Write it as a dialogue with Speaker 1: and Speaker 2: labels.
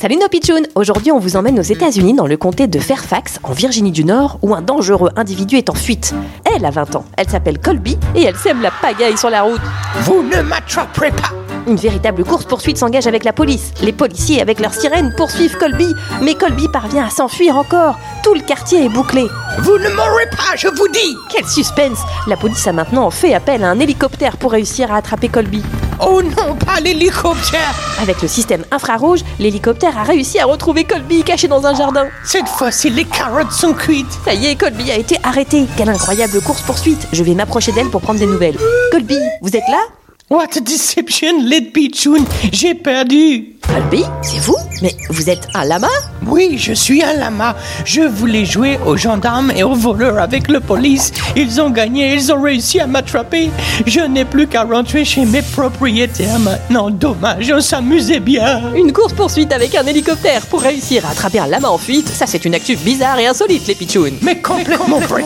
Speaker 1: Salut nos pitchouns Aujourd'hui, on vous emmène aux États-Unis dans le comté de Fairfax, en Virginie du Nord, où un dangereux individu est en fuite. Elle a 20 ans, elle s'appelle Colby et elle sème la pagaille sur la route.
Speaker 2: Vous ne m'attraperez pas
Speaker 1: Une véritable course-poursuite s'engage avec la police. Les policiers, avec leurs sirènes, poursuivent Colby, mais Colby parvient à s'enfuir encore. Tout le quartier est bouclé.
Speaker 2: Vous ne m'aurez pas, je vous dis
Speaker 1: Quel suspense La police a maintenant fait appel à un hélicoptère pour réussir à attraper Colby.
Speaker 2: Oh non, pas l'hélicoptère
Speaker 1: Avec le système infrarouge, l'hélicoptère a réussi à retrouver Colby caché dans un jardin.
Speaker 2: Cette fois-ci, les carottes sont cuites
Speaker 1: Ça y est, Colby a été arrêtée. Quelle incroyable course-poursuite. Je vais m'approcher d'elle pour prendre des nouvelles. Colby, vous êtes là
Speaker 2: What a deception, Led Pichoun J'ai perdu
Speaker 1: Colby, c'est vous Mais vous êtes un lama
Speaker 2: Oui, je suis un lama. Je voulais jouer aux gendarmes et aux voleurs avec le police. Ils ont gagné, ils ont réussi à m'attraper. Je n'ai plus qu'à rentrer chez mes propriétaires maintenant. Dommage, on s'amusait bien.
Speaker 1: Une course-poursuite avec un hélicoptère pour réussir à attraper un lama en fuite, ça c'est une actu bizarre et insolite, les pitchouns.
Speaker 2: Mais complètement vrai.